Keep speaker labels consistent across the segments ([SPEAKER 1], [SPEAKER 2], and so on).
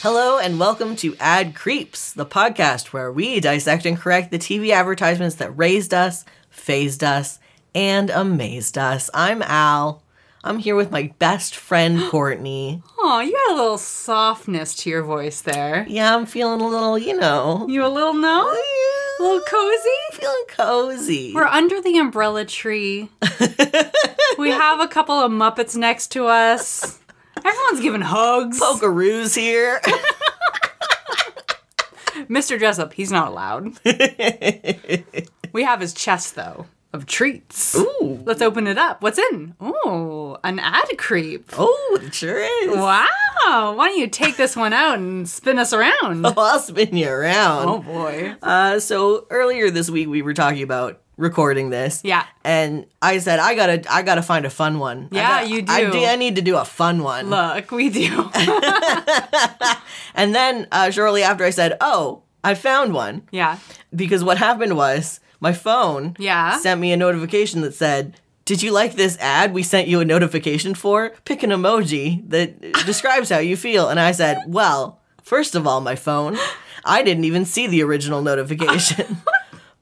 [SPEAKER 1] Hello and welcome to Ad Creeps, the podcast where we dissect and correct the TV advertisements that raised us, phased us, and amazed us. I'm Al. I'm here with my best friend Courtney.
[SPEAKER 2] Oh, you got a little softness to your voice there.
[SPEAKER 1] Yeah, I'm feeling a little, you know,
[SPEAKER 2] You a little no? A little cozy?
[SPEAKER 1] feeling cozy.
[SPEAKER 2] We're under the umbrella tree. we have a couple of Muppets next to us. Everyone's giving hugs.
[SPEAKER 1] Pokeroos here.
[SPEAKER 2] Mr. Jessup, he's not allowed. we have his chest, though, of treats.
[SPEAKER 1] Ooh.
[SPEAKER 2] Let's open it up. What's in? Ooh, an ad creep.
[SPEAKER 1] Oh, it sure is.
[SPEAKER 2] Wow. Why don't you take this one out and spin us around?
[SPEAKER 1] Well, I'll spin you around.
[SPEAKER 2] Oh, boy.
[SPEAKER 1] Uh, so earlier this week we were talking about recording this.
[SPEAKER 2] Yeah.
[SPEAKER 1] And I said I gotta I gotta find a fun one. I
[SPEAKER 2] Yeah,
[SPEAKER 1] gotta-
[SPEAKER 2] you
[SPEAKER 1] I,
[SPEAKER 2] do.
[SPEAKER 1] I need to do a fun one.
[SPEAKER 2] Look, we do.
[SPEAKER 1] And then uh, shortly after I said, oh, I found one
[SPEAKER 2] yeah.
[SPEAKER 1] because what happened was my phone
[SPEAKER 2] Yeah.
[SPEAKER 1] sent me a notification that said. Did you like this ad we sent you a notification for? Pick an emoji that describes how you feel. And I said, Well, first of all, my phone, I didn't even see the original notification.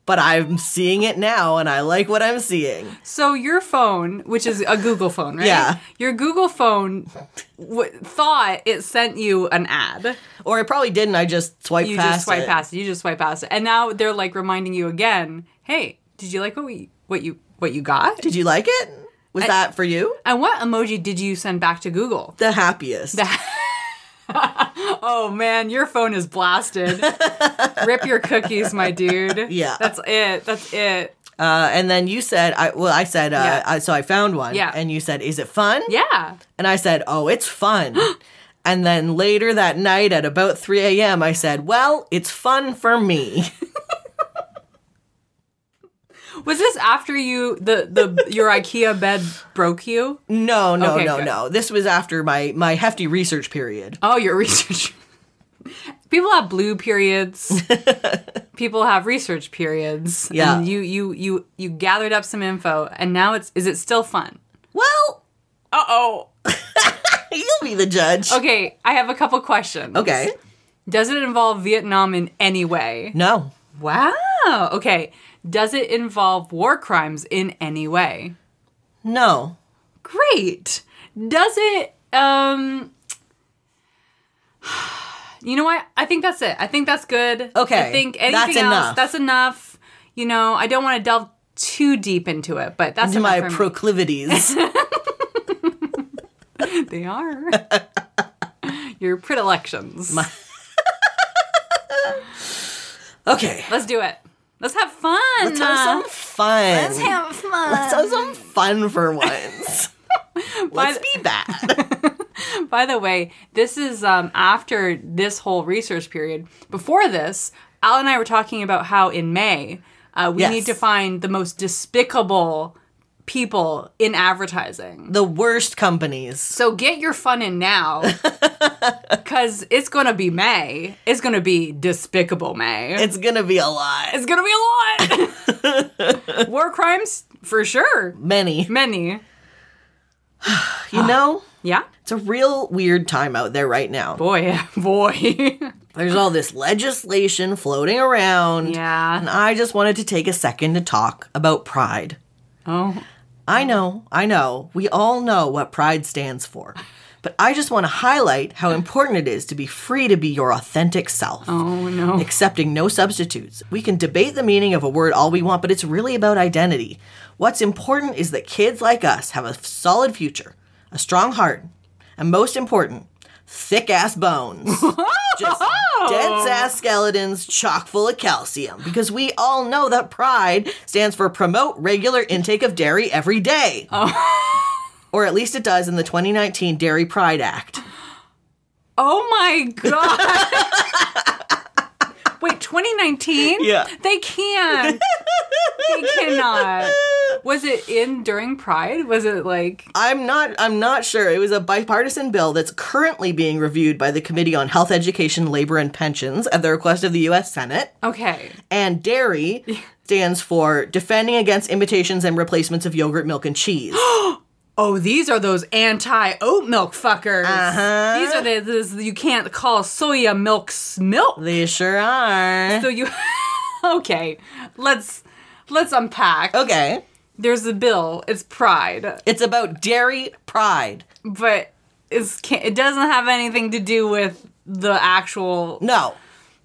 [SPEAKER 1] but I'm seeing it now and I like what I'm seeing.
[SPEAKER 2] So your phone, which is a Google phone, right?
[SPEAKER 1] Yeah.
[SPEAKER 2] Your Google phone w- thought it sent you an ad.
[SPEAKER 1] Or it probably didn't, I just swiped
[SPEAKER 2] You
[SPEAKER 1] past
[SPEAKER 2] just swipe
[SPEAKER 1] it.
[SPEAKER 2] past it. You just swipe past it, and now they're like reminding you again. Hey, did you like what we what you what you got?
[SPEAKER 1] Did you like it? Was that for you?
[SPEAKER 2] And what emoji did you send back to Google?
[SPEAKER 1] The happiest.
[SPEAKER 2] Oh man, your phone is blasted. Rip your cookies, my dude.
[SPEAKER 1] Yeah.
[SPEAKER 2] That's it. That's it.
[SPEAKER 1] Uh, and then you said, I well, I said, uh,
[SPEAKER 2] Yeah.
[SPEAKER 1] I, so I found one.
[SPEAKER 2] Yeah.
[SPEAKER 1] And you said, is it fun?
[SPEAKER 2] Yeah.
[SPEAKER 1] And I said, oh, it's fun. and then later that night at about 3 a.m., I said, well, it's fun for me.
[SPEAKER 2] Was this after you the the your IKEA bed broke you?
[SPEAKER 1] no, no,
[SPEAKER 2] Okay,
[SPEAKER 1] no,
[SPEAKER 2] good.
[SPEAKER 1] no. This was after my, my hefty research period.
[SPEAKER 2] Oh, your research. People have blue periods. People have research periods.
[SPEAKER 1] Yeah.
[SPEAKER 2] And you you you you gathered up some info and now it's is it still fun?
[SPEAKER 1] Well,
[SPEAKER 2] Uh-oh.
[SPEAKER 1] you'll be the judge.
[SPEAKER 2] Okay, I have a couple questions.
[SPEAKER 1] Okay.
[SPEAKER 2] Does it involve Vietnam in any way?
[SPEAKER 1] No.
[SPEAKER 2] Wow. Okay. Does it involve war crimes in any way?
[SPEAKER 1] No.
[SPEAKER 2] Great. Does it um You know what? I think that's it. I think that's good.
[SPEAKER 1] Okay.
[SPEAKER 2] I think anything
[SPEAKER 1] That's
[SPEAKER 2] else
[SPEAKER 1] enough.
[SPEAKER 2] that's enough. You know, I don't want to delve too deep into it, but that's
[SPEAKER 1] To
[SPEAKER 2] enough
[SPEAKER 1] my
[SPEAKER 2] for me.
[SPEAKER 1] proclivities.
[SPEAKER 2] they are. Your predilections.
[SPEAKER 1] okay.
[SPEAKER 2] Let's do it. Let's have fun.
[SPEAKER 1] Let's have some fun. Let's
[SPEAKER 2] have fun.
[SPEAKER 1] some fun for once. Let's be bad.
[SPEAKER 2] By the way, this is um, after this whole research period. Before this, Al and I were talking about how in May uh, we
[SPEAKER 1] Yes.
[SPEAKER 2] need to find the most despicable people in advertising.
[SPEAKER 1] the worst companies.
[SPEAKER 2] So get your fun in now, because it's gonna be May. It's gonna be despicable May.
[SPEAKER 1] It's gonna be a lot.
[SPEAKER 2] it's gonna be a lot. War crimes for sure.
[SPEAKER 1] Many.
[SPEAKER 2] Many.
[SPEAKER 1] You know,
[SPEAKER 2] Yeah.
[SPEAKER 1] it's a real weird time out there right now.
[SPEAKER 2] Boy, boy.
[SPEAKER 1] There's all this legislation floating around. And
[SPEAKER 2] yeah.
[SPEAKER 1] I just wanted to take a second to talk about pride.
[SPEAKER 2] Oh.
[SPEAKER 1] I know, I know, we all know what pride stands for. But I just want to highlight how important it is to be free to be your authentic self.
[SPEAKER 2] Oh no.
[SPEAKER 1] accepting no substitutes. We can debate the meaning of a word all we want, but it's really about identity. What's important is that kids like us have a f- solid future, a strong heart, and most important, thick ass bones. Just dense ass skeletons chock full of calcium because we all know that pride stands for promote regular intake of dairy every day. Or at least it does in the 2019 Dairy Pride Act.
[SPEAKER 2] Oh my god. Wait, 2019?
[SPEAKER 1] Yeah.
[SPEAKER 2] They can. they cannot. Was it in during Pride? Was it like
[SPEAKER 1] I'm not I'm not sure. It was a bipartisan bill that's currently being reviewed by the Committee on Health Education, Labor and Pensions at the request of the US Senate.
[SPEAKER 2] okay.
[SPEAKER 1] And dairy stands for defending against imitations and replacements of yogurt, milk and cheese.
[SPEAKER 2] oh, these are those anti oat milk fuckers.
[SPEAKER 1] Uh-huh.
[SPEAKER 2] These are the, this, you can't call soya milks milk.
[SPEAKER 1] They sure are.
[SPEAKER 2] So you okay? Let's let's unpack.
[SPEAKER 1] okay.
[SPEAKER 2] There's a bill. It's Pride,
[SPEAKER 1] It's about dairy pride.
[SPEAKER 2] but it's can't, it doesn't have anything to do with the actual
[SPEAKER 1] No,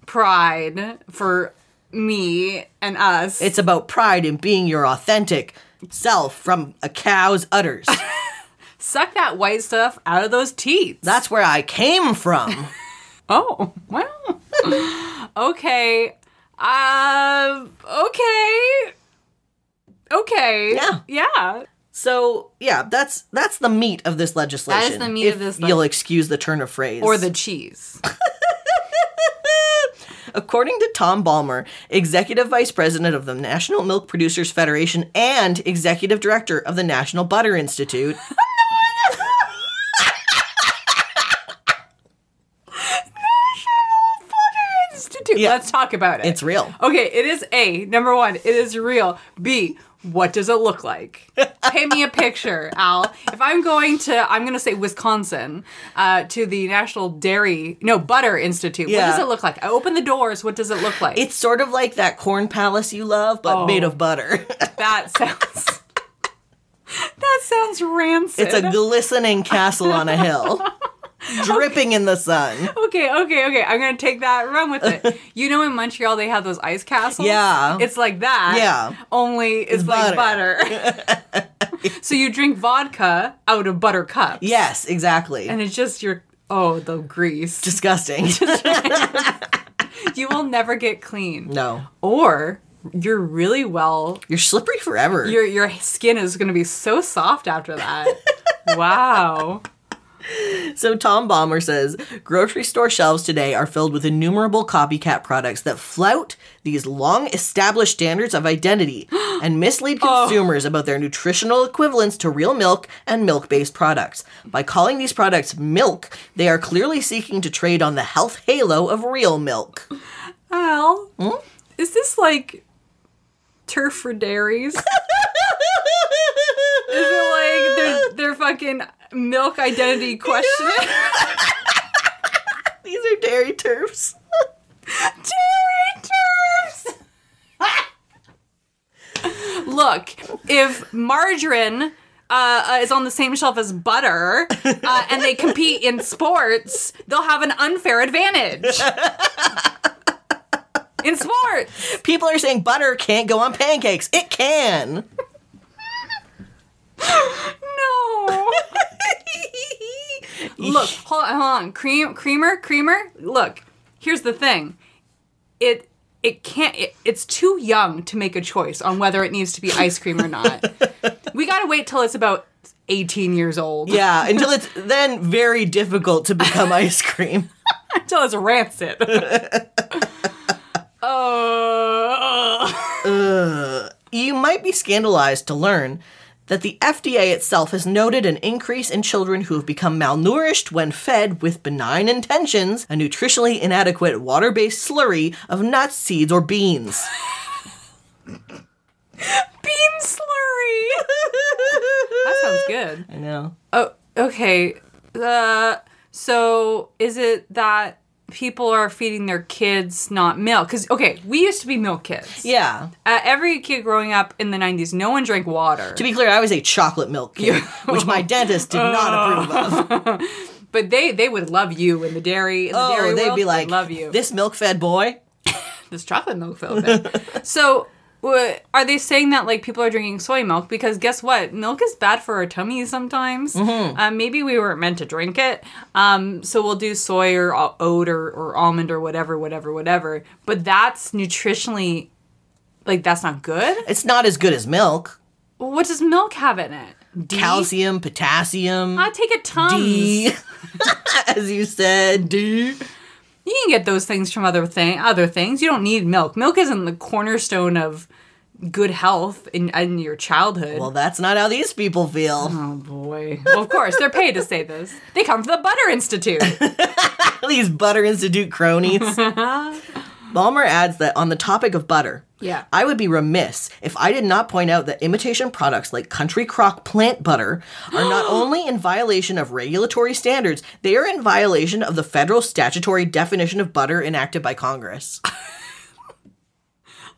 [SPEAKER 2] Pride for me and us.
[SPEAKER 1] it's about pride in being your authentic self from a cow's udders.
[SPEAKER 2] Suck that white stuff out of those teeth.
[SPEAKER 1] That's where I came from.
[SPEAKER 2] Oh, well. okay. Uh, okay. Okay.
[SPEAKER 1] Yeah.
[SPEAKER 2] Yeah.
[SPEAKER 1] So yeah, that's that's the meat of this legislation.
[SPEAKER 2] the meat
[SPEAKER 1] if
[SPEAKER 2] of this leg-
[SPEAKER 1] You'll excuse the turn of phrase.
[SPEAKER 2] Or the cheese.
[SPEAKER 1] According to Tom Balmer, Executive Vice President of the National Milk Producers Federation and Executive Director of the National Butter Institute,
[SPEAKER 2] Institute. Let's talk about it.
[SPEAKER 1] it's real.
[SPEAKER 2] Okay, it is A, number one, it is real. B, what does it look like? Paint me a picture, Al. If I'm going to, I'm going to say Wisconsin, uh, to the National Dairy, no, Butter Institute,
[SPEAKER 1] Yeah.
[SPEAKER 2] what does it look like? I open the doors, what does it look like?
[SPEAKER 1] It's sort of like that corn palace you love, but
[SPEAKER 2] Oh.
[SPEAKER 1] made of butter.
[SPEAKER 2] that sounds, that sounds rancid.
[SPEAKER 1] it's a glistening castle on a hill, dripping in the sun.
[SPEAKER 2] Okay, okay, okay. I'm gonna take that and run with it. you know, in Montreal they have those ice castles.
[SPEAKER 1] Yeah.
[SPEAKER 2] it's like that.
[SPEAKER 1] Yeah.
[SPEAKER 2] only it's, like
[SPEAKER 1] butter.
[SPEAKER 2] butter. so you drink vodka out of butter cups.
[SPEAKER 1] Yes, exactly.
[SPEAKER 2] and it's just your oh the grease.
[SPEAKER 1] Disgusting.
[SPEAKER 2] you will never get clean.
[SPEAKER 1] no,
[SPEAKER 2] or you're really well.
[SPEAKER 1] you're slippery forever.
[SPEAKER 2] Your your skin is gonna be so soft after that. wow.
[SPEAKER 1] So Tom Bomber says grocery store shelves today are filled with innumerable copycat products that flout these long established standards of identity and mislead consumers about their nutritional equivalents to real milk and milk based products. By calling these products milk, they are clearly seeking to trade on the health halo of real milk.
[SPEAKER 2] Al,
[SPEAKER 1] Hmm?
[SPEAKER 2] is this like turf for dairies? is it like their, their fucking milk identity question?
[SPEAKER 1] These are dairy turfs.
[SPEAKER 2] dairy turfs! Look, if margarine. Uh, uh, is on the same shelf as butter, uh, and they compete in sports. They'll have an unfair advantage in sports.
[SPEAKER 1] People are saying butter can't go on pancakes. It can.
[SPEAKER 2] No. Look, hold on, hold on. Cream, creamer, creamer. Look, here's the thing. It it can't. It, it's too young to make a choice on whether it needs to be ice cream or not. we gotta wait till it's about 18 years old.
[SPEAKER 1] Yeah, until it's then very difficult to become ice cream.
[SPEAKER 2] until it's rancid. Oh.
[SPEAKER 1] You might be scandalized to learn that the FDA itself has noted an increase in children who have become malnourished when fed with benign intentions a nutritionally inadequate water based slurry of nuts, seeds, or beans.
[SPEAKER 2] bean slurry. that sounds good.
[SPEAKER 1] I know.
[SPEAKER 2] Oh, okay. Uh, so is it that people are feeding their kids not milk? Because okay, we used to be milk kids.
[SPEAKER 1] Yeah.
[SPEAKER 2] Uh, every kid growing up in the '90s, no one drank water,
[SPEAKER 1] To be clear, I was a chocolate milk kid, which my dentist did
[SPEAKER 2] Oh.
[SPEAKER 1] not approve of.
[SPEAKER 2] but they they would love you in the dairy. In the
[SPEAKER 1] Oh,
[SPEAKER 2] dairy
[SPEAKER 1] they'd
[SPEAKER 2] world,
[SPEAKER 1] be like,
[SPEAKER 2] "Love you."
[SPEAKER 1] this milk fed boy?
[SPEAKER 2] this chocolate milk filled it. so. wha- Are they saying that like people are drinking soy milk? Because guess what, milk is bad for our tummies sometimes. Uh, maybe we weren't meant to drink it. Um, so we'll do soy or al- oat or, or almond or whatever, whatever, whatever. But that's nutritionally, like that's not good.
[SPEAKER 1] It's not as good as milk.
[SPEAKER 2] What does milk have in it? D.
[SPEAKER 1] Calcium, potassium.
[SPEAKER 2] I take a tons.
[SPEAKER 1] D. As you said, D.
[SPEAKER 2] You can get those things from other thing other things. You don't need milk. Milk isn't the cornerstone of good health in, in your childhood.
[SPEAKER 1] Well, that's not how these people feel.
[SPEAKER 2] Oh boy. Well, of course, they're paid to say this. They come from the Butter Institute.
[SPEAKER 1] these Butter Institute cronies. Balmer adds that on the topic of butter,
[SPEAKER 2] Yeah.
[SPEAKER 1] I would be remiss if I did not point out that imitation products like Country Crock plant butter are not only in violation of regulatory standards, they are in violation of the federal statutory definition of butter enacted by Congress.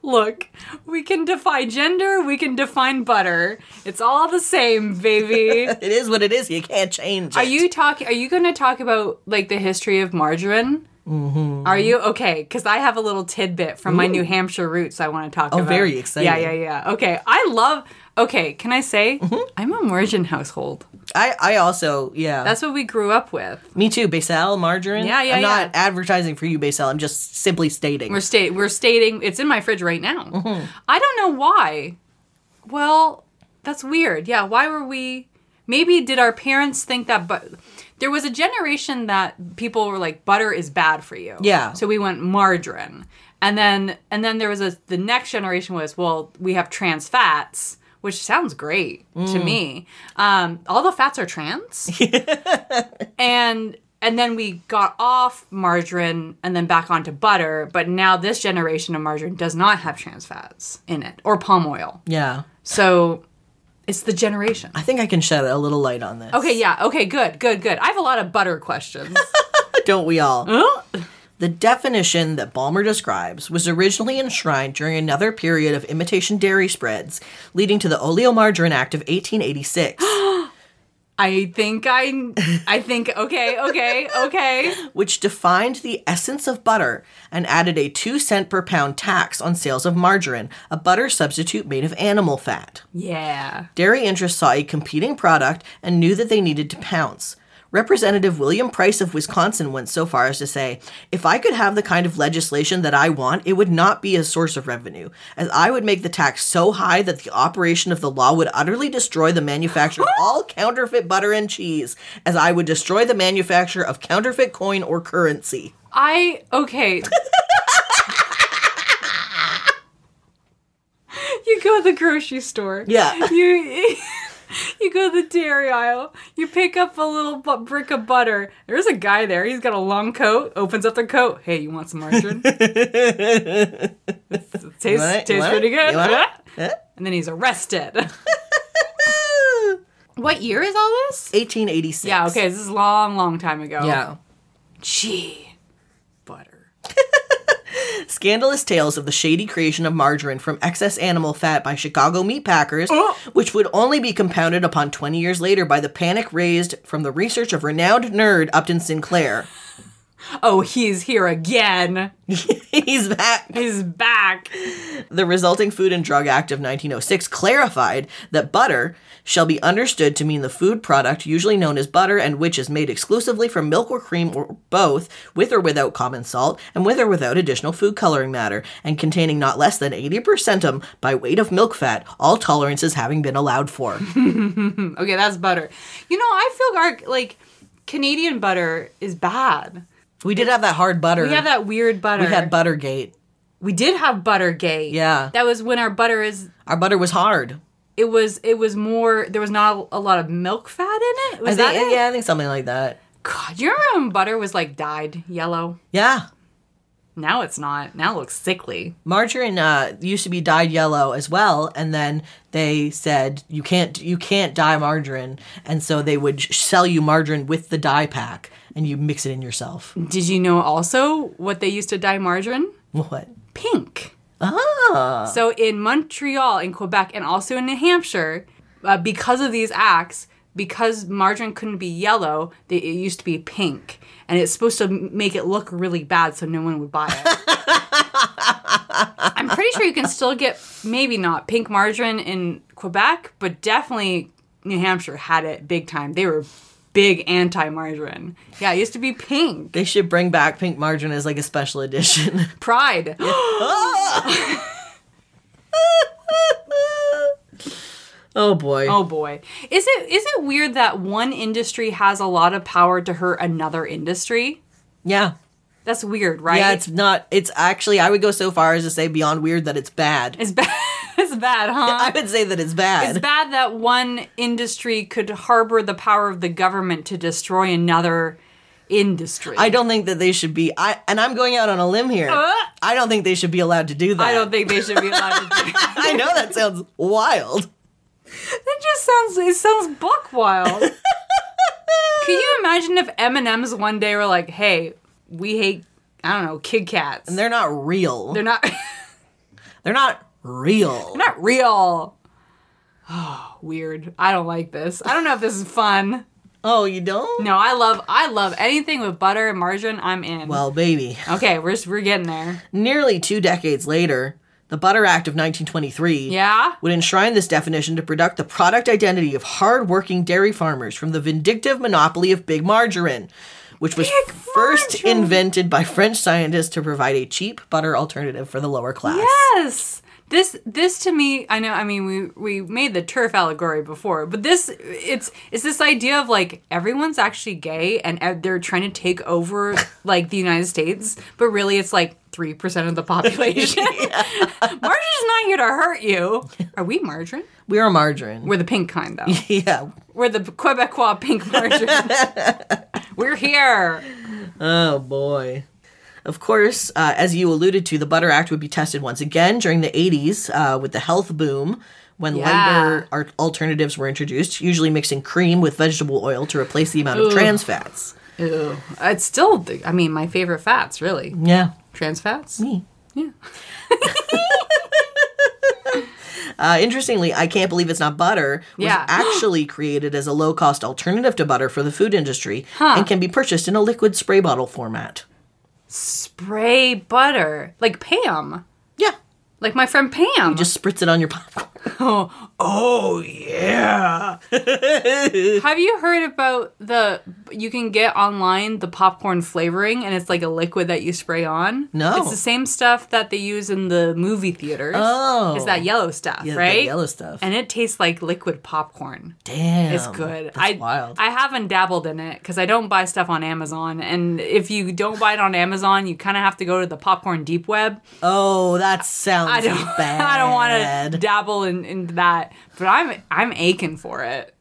[SPEAKER 2] Look, we can defy gender, we can define butter. It's all the same, baby.
[SPEAKER 1] It is what it is. You can't change it.
[SPEAKER 2] Are you talking? Are you going to talk about like the history of margarine? Mm-hmm. Are you okay? Because I have a little tidbit from my New Hampshire roots I want to talk about.
[SPEAKER 1] Oh, very
[SPEAKER 2] Yeah,
[SPEAKER 1] exciting.
[SPEAKER 2] yeah, yeah. Okay, I love. Okay, can I say
[SPEAKER 1] Mm-hmm.
[SPEAKER 2] I'm a margarine household?
[SPEAKER 1] I, I also, yeah.
[SPEAKER 2] That's what we grew up with.
[SPEAKER 1] Me too. Basil, margarine.
[SPEAKER 2] Yeah, yeah,
[SPEAKER 1] I'm
[SPEAKER 2] yeah.
[SPEAKER 1] not advertising for you, Basil. I'm just simply stating.
[SPEAKER 2] We're state. We're stating it's in my fridge right now.
[SPEAKER 1] Mm-hmm.
[SPEAKER 2] I don't know why. Well, that's weird. Yeah, why were we? Maybe did our parents think that? But there was a generation that people were like, butter is bad for you.
[SPEAKER 1] Yeah.
[SPEAKER 2] So we went margarine, and then and then there was a the next generation was well, we have trans fats. Which sounds great to me. Um, all the fats are trans and and then we got off margarine and then back onto butter but now this generation of margarine does not have trans fats in it or palm oil
[SPEAKER 1] yeah.
[SPEAKER 2] so it's the generation
[SPEAKER 1] I think I can shed a little light on this.
[SPEAKER 2] okay yeah okay good good good i have a lot of butter questions
[SPEAKER 1] Don't we all?
[SPEAKER 2] Huh?
[SPEAKER 1] The definition that Balmer describes was originally enshrined during another period of imitation dairy spreads, leading to the Oleomargarine Act of 1886,
[SPEAKER 2] i think i i think okay okay okay
[SPEAKER 1] which defined the essence of butter and added a 2 cent per pound tax on sales of margarine, a butter substitute made of animal fat.
[SPEAKER 2] yeah
[SPEAKER 1] Dairy interests saw a competing product and knew that they needed to pounce. Representative William Price of Wisconsin went so far as to say, If I could have the kind of legislation that I want, it would not be a source of revenue, as I would make the tax so high that the operation of the law would utterly destroy the manufacture of all counterfeit butter and cheese, as I would destroy the manufacture of counterfeit coin or currency.
[SPEAKER 2] I okay. you go to the grocery store.
[SPEAKER 1] Yeah.
[SPEAKER 2] You you go to the dairy aisle. You pick up a little bu- brick of butter. There's a guy there. He's got a long coat. Opens up the coat. Hey, you want some margarine? it
[SPEAKER 1] want it?
[SPEAKER 2] tastes
[SPEAKER 1] You
[SPEAKER 2] tastes
[SPEAKER 1] want it?
[SPEAKER 2] pretty good.
[SPEAKER 1] You want it? Huh?
[SPEAKER 2] and then he's arrested. what year is all this?
[SPEAKER 1] 1886.
[SPEAKER 2] Yeah. Okay. Oh. This is a long, long time ago.
[SPEAKER 1] Yeah.
[SPEAKER 2] Gee, butter.
[SPEAKER 1] Scandalous tales of the shady creation of margarine from excess animal fat by Chicago meat packers, which would only be compounded upon 20 years later by the panic raised from the research of renowned nerd Upton Sinclair.
[SPEAKER 2] Oh, he's here again.
[SPEAKER 1] He's back.
[SPEAKER 2] He's back.
[SPEAKER 1] The resulting Food and Drug Act of 1906 clarified that butter shall be understood to mean the food product usually known as butter and which is made exclusively from milk or cream or both, with or without common salt, and with or without additional food coloring matter, and containing not less than 80% by weight of milk fat, all tolerances having been allowed for.
[SPEAKER 2] Okay, that's butter. You know, I feel like, like Canadian butter is bad.
[SPEAKER 1] we did have that hard butter.
[SPEAKER 2] We have that weird butter.
[SPEAKER 1] We had Buttergate.
[SPEAKER 2] We did have Buttergate.
[SPEAKER 1] Yeah.
[SPEAKER 2] That was when our butter is.
[SPEAKER 1] Our butter was hard.
[SPEAKER 2] It was. It was more. There was not a lot of milk fat in it.
[SPEAKER 1] I think,
[SPEAKER 2] Was that it?
[SPEAKER 1] Yeah, I think something like that.
[SPEAKER 2] God, you remember when butter was like dyed yellow?
[SPEAKER 1] Yeah.
[SPEAKER 2] Now it's not. Now it looks sickly.
[SPEAKER 1] margarine uh, used to be dyed yellow as well and then they said you can't you can't dye margarine and so they would sh- sell you margarine with the dye pack and you mix it in yourself
[SPEAKER 2] Did you know also what they used to dye margarine?
[SPEAKER 1] what
[SPEAKER 2] Pink.
[SPEAKER 1] ah
[SPEAKER 2] So in Montreal, in Quebec, and also in New Hampshire, uh, because of these acts, because margarine couldn't be yellow, they, it used to be pink, and it's supposed to m- make it look really bad, so no one would buy it. I'm pretty sure you can still get maybe not pink margarine in Quebec, but definitely New Hampshire had it big time. They were big anti margarine. Yeah, it used to be pink.
[SPEAKER 1] they should bring back pink margarine as like a special edition
[SPEAKER 2] Pride.
[SPEAKER 1] oh boy
[SPEAKER 2] Oh boy. Is it is it weird that one industry has a lot of power to hurt another industry?
[SPEAKER 1] yeah
[SPEAKER 2] That's weird, right?
[SPEAKER 1] yeah it's not it's actually i would go so far as to say beyond weird that it's bad
[SPEAKER 2] it's bad. it's bad,
[SPEAKER 1] i
[SPEAKER 2] huh?
[SPEAKER 1] would say that it's bad
[SPEAKER 2] It's bad that one industry could harbor the power of the government to destroy another industry.
[SPEAKER 1] I don't think that they should be. I and I'm going out on a limb here. I don't think they should be allowed to do that.
[SPEAKER 2] Uh. I don't think they should be allowed to do that.
[SPEAKER 1] I know that sounds wild.
[SPEAKER 2] That just sounds it sounds buck wild. Can you imagine if M and M's one day were like, "Hey, we hate I don't know Kit Kats.
[SPEAKER 1] They're not real.
[SPEAKER 2] They're not they're
[SPEAKER 1] They're not real.
[SPEAKER 2] not real." Oh, weird. I don't like this. I don't know if this is fun.
[SPEAKER 1] Oh, you don't?
[SPEAKER 2] No, I love I love anything with butter and margarine. I'm in.
[SPEAKER 1] Well, baby.
[SPEAKER 2] okay, we're we're getting there.
[SPEAKER 1] Nearly two decades later, the Butter Act of 1923
[SPEAKER 2] Yeah.
[SPEAKER 1] would enshrine this definition to protect the product identity of hard-working dairy farmers from the vindictive monopoly of big margarine, which was
[SPEAKER 2] Big
[SPEAKER 1] first
[SPEAKER 2] margarine.
[SPEAKER 1] invented by French scientists to provide a cheap butter alternative for the lower class.
[SPEAKER 2] Yes. This this to me, I know. I mean, we we made the turf allegory before, but this it's it's this idea of like everyone's actually gay and uh, they're trying to take over like the United States, but really it's like three percent of the population. Margarine's not here to hurt you. Are we margarine?
[SPEAKER 1] We are margarine.
[SPEAKER 2] We're the pink kind though.
[SPEAKER 1] yeah.
[SPEAKER 2] We're the Quebecois pink margarine. We're here.
[SPEAKER 1] Oh boy. Of course, uh, as you alluded to, the Butter Act would be tested once again during the 80s uh, with the health boom when
[SPEAKER 2] Yeah.
[SPEAKER 1] lighter ar- alternatives were introduced, usually mixing cream with vegetable oil to replace the amount of trans fats.
[SPEAKER 2] Ew. It's still, the- I mean, my favorite fats really
[SPEAKER 1] Yeah.
[SPEAKER 2] trans fats.
[SPEAKER 1] Me.
[SPEAKER 2] Yeah.
[SPEAKER 1] Uh, interestingly, I Can't Believe It's Not Butter was
[SPEAKER 2] Yeah.
[SPEAKER 1] actually created as a low cost alternative to butter for the food industry and can be purchased in a liquid spray bottle format.
[SPEAKER 2] spray butter like Pam,
[SPEAKER 1] Yeah.
[SPEAKER 2] like my friend Pam.
[SPEAKER 1] Just spritz it on your popcorn.
[SPEAKER 2] oh yeah. Have you heard about the? You can get online the popcorn flavoring, and it's like a liquid that you spray on.
[SPEAKER 1] No.
[SPEAKER 2] it's the same stuff that they use in the movie theaters.
[SPEAKER 1] Oh.
[SPEAKER 2] it's that yellow stuff,
[SPEAKER 1] Yeah, the
[SPEAKER 2] right?
[SPEAKER 1] yellow stuff.
[SPEAKER 2] and it tastes like liquid popcorn.
[SPEAKER 1] Damn.
[SPEAKER 2] It's good.
[SPEAKER 1] That's
[SPEAKER 2] I
[SPEAKER 1] wild.
[SPEAKER 2] I haven't dabbled in it because I don't buy stuff on Amazon, and if you don't buy it on Amazon, you kind of have to go to the popcorn deep web.
[SPEAKER 1] Oh, that sounds
[SPEAKER 2] I don't.
[SPEAKER 1] bad.
[SPEAKER 2] I don't want to dabble in, into that, but I'm I'm aching for it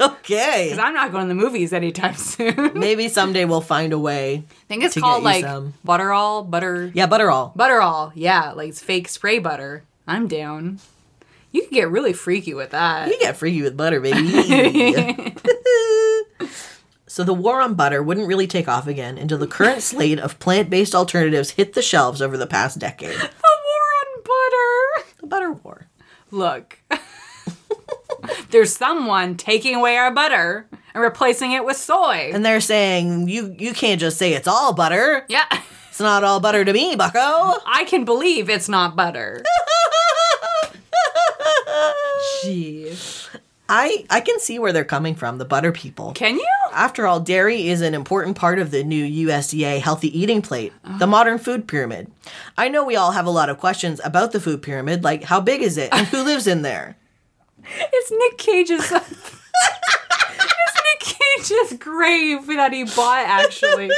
[SPEAKER 1] Okay.
[SPEAKER 2] because I'm not going to the movies anytime soon. I
[SPEAKER 1] Maybe someday we'll find a way.
[SPEAKER 2] think it's
[SPEAKER 1] To
[SPEAKER 2] called
[SPEAKER 1] get you
[SPEAKER 2] like
[SPEAKER 1] some.
[SPEAKER 2] butterall, butter,
[SPEAKER 1] Yeah, butter all.
[SPEAKER 2] butterall. Yeah, like it's fake spray butter. I'm down. You can get really freaky with that.
[SPEAKER 1] You get freaky with butter, baby. so the war on butter wouldn't really take off again until the current slate of plant-based alternatives hit the shelves over the past decade.
[SPEAKER 2] The war on butter.
[SPEAKER 1] The butter war.
[SPEAKER 2] Look, there's someone taking away our butter and replacing it with soy.
[SPEAKER 1] And they're saying you you can't just say it's all butter.
[SPEAKER 2] yeah,
[SPEAKER 1] It's not all butter to me, bucko.
[SPEAKER 2] I can believe it's not butter. Jeez.
[SPEAKER 1] I I can see where they're coming from, the butter people.
[SPEAKER 2] Can you?
[SPEAKER 1] After all, dairy is an important part of the new USDA healthy eating plate, the modern food pyramid. I know we all have a lot of questions about the food pyramid, like how big is it and who lives in there?
[SPEAKER 2] It's Nick Cage's. it's Nick Cage's grave that he bought. Actually,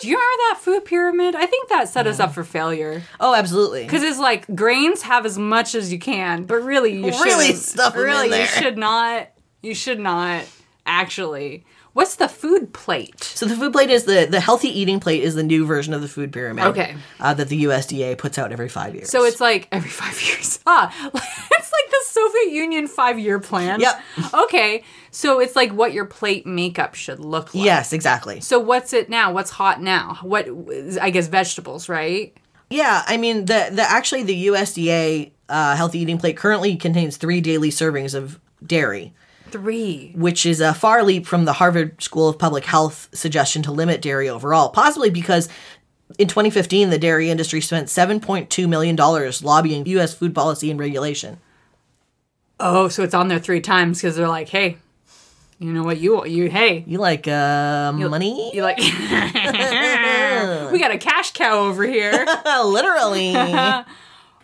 [SPEAKER 2] do you remember that food pyramid? I think that set us up for failure
[SPEAKER 1] Oh, absolutely.
[SPEAKER 2] because it's like grains have as much as you can, but really you should
[SPEAKER 1] Really stuff 'em in
[SPEAKER 2] Really,
[SPEAKER 1] there.
[SPEAKER 2] you should not. You should not actually. What's the food plate?
[SPEAKER 1] So the food plate is the the healthy eating plate is the new version of the food pyramid.
[SPEAKER 2] Okay.
[SPEAKER 1] Uh, that the USDA puts out every five years.
[SPEAKER 2] So it's like every five years. Ah, it's like the Soviet Union five year plan.
[SPEAKER 1] Yep.
[SPEAKER 2] Okay. So it's like what your plate makeup should look like.
[SPEAKER 1] yes, exactly.
[SPEAKER 2] So what's it now? What's hot now? What I guess vegetables, right?
[SPEAKER 1] Yeah, I mean the the actually the USDA uh, healthy eating plate currently contains three daily servings of dairy.
[SPEAKER 2] Three.
[SPEAKER 1] which is a far leap from the Harvard School of Public Health suggestion to limit dairy overall, possibly because in 2015, the dairy industry spent $7.2 million lobbying U.S. food policy and regulation.
[SPEAKER 2] Oh, so it's on there three times because they're like, hey, you know what you you hey
[SPEAKER 1] You like uh, money?
[SPEAKER 2] you like
[SPEAKER 1] Ah. Uh.
[SPEAKER 2] we got a cash cow over here.
[SPEAKER 1] Literally.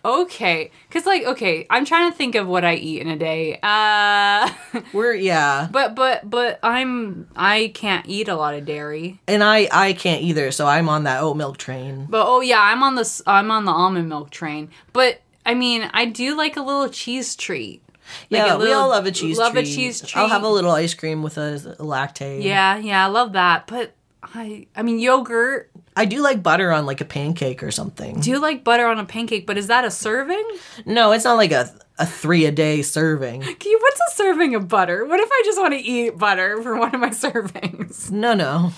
[SPEAKER 2] okay, because like okay, I'm trying to think of what I eat in a day. Uh,
[SPEAKER 1] We're, yeah.
[SPEAKER 2] but but but I'm I can't eat a lot of dairy.
[SPEAKER 1] And I, I can't either, so I'm on that oat milk train.
[SPEAKER 2] But oh yeah, I'm on this I'm on the almond milk train. But I mean, I do like a little cheese treat. Like
[SPEAKER 1] yeah,
[SPEAKER 2] a
[SPEAKER 1] we all
[SPEAKER 2] little-
[SPEAKER 1] love a cheese
[SPEAKER 2] love a
[SPEAKER 1] treat.
[SPEAKER 2] cheese
[SPEAKER 1] I'll have a
[SPEAKER 2] treat.
[SPEAKER 1] little ice cream with a, a lactate.
[SPEAKER 2] Yeah, yeah, I love that. But I I mean yogurt.
[SPEAKER 1] I do like butter on like a pancake or something.
[SPEAKER 2] Do you like butter on a pancake? But is that a serving?
[SPEAKER 1] No, it's not like a a three a day serving.
[SPEAKER 2] Can you- What's a serving of butter? What if I just want to eat butter for one of my servings?
[SPEAKER 1] No, no.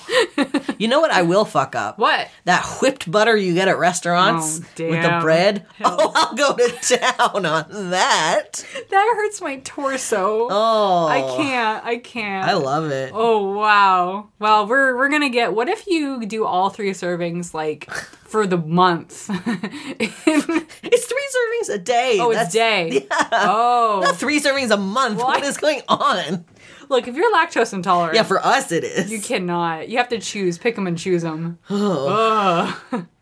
[SPEAKER 1] you know what? I will fuck up.
[SPEAKER 2] What?
[SPEAKER 1] That whipped butter you get at restaurants
[SPEAKER 2] Oh,
[SPEAKER 1] with the
[SPEAKER 2] damn.
[SPEAKER 1] bread. Oh, I'll go to town on that.
[SPEAKER 2] That hurts my torso.
[SPEAKER 1] Oh,
[SPEAKER 2] I can't. I can't.
[SPEAKER 1] I love it.
[SPEAKER 2] Oh wow. Well, we're we're gonna get. What if you do all three servings like for the month?
[SPEAKER 1] It's three servings a day.
[SPEAKER 2] oh,
[SPEAKER 1] That's-
[SPEAKER 2] it's day. Oh,
[SPEAKER 1] Three servings a month. what
[SPEAKER 2] What?
[SPEAKER 1] is going on?
[SPEAKER 2] look, if you're lactose intolerant,
[SPEAKER 1] Yeah, for us it is.
[SPEAKER 2] you cannot. You have to choose. Pick them and choose them.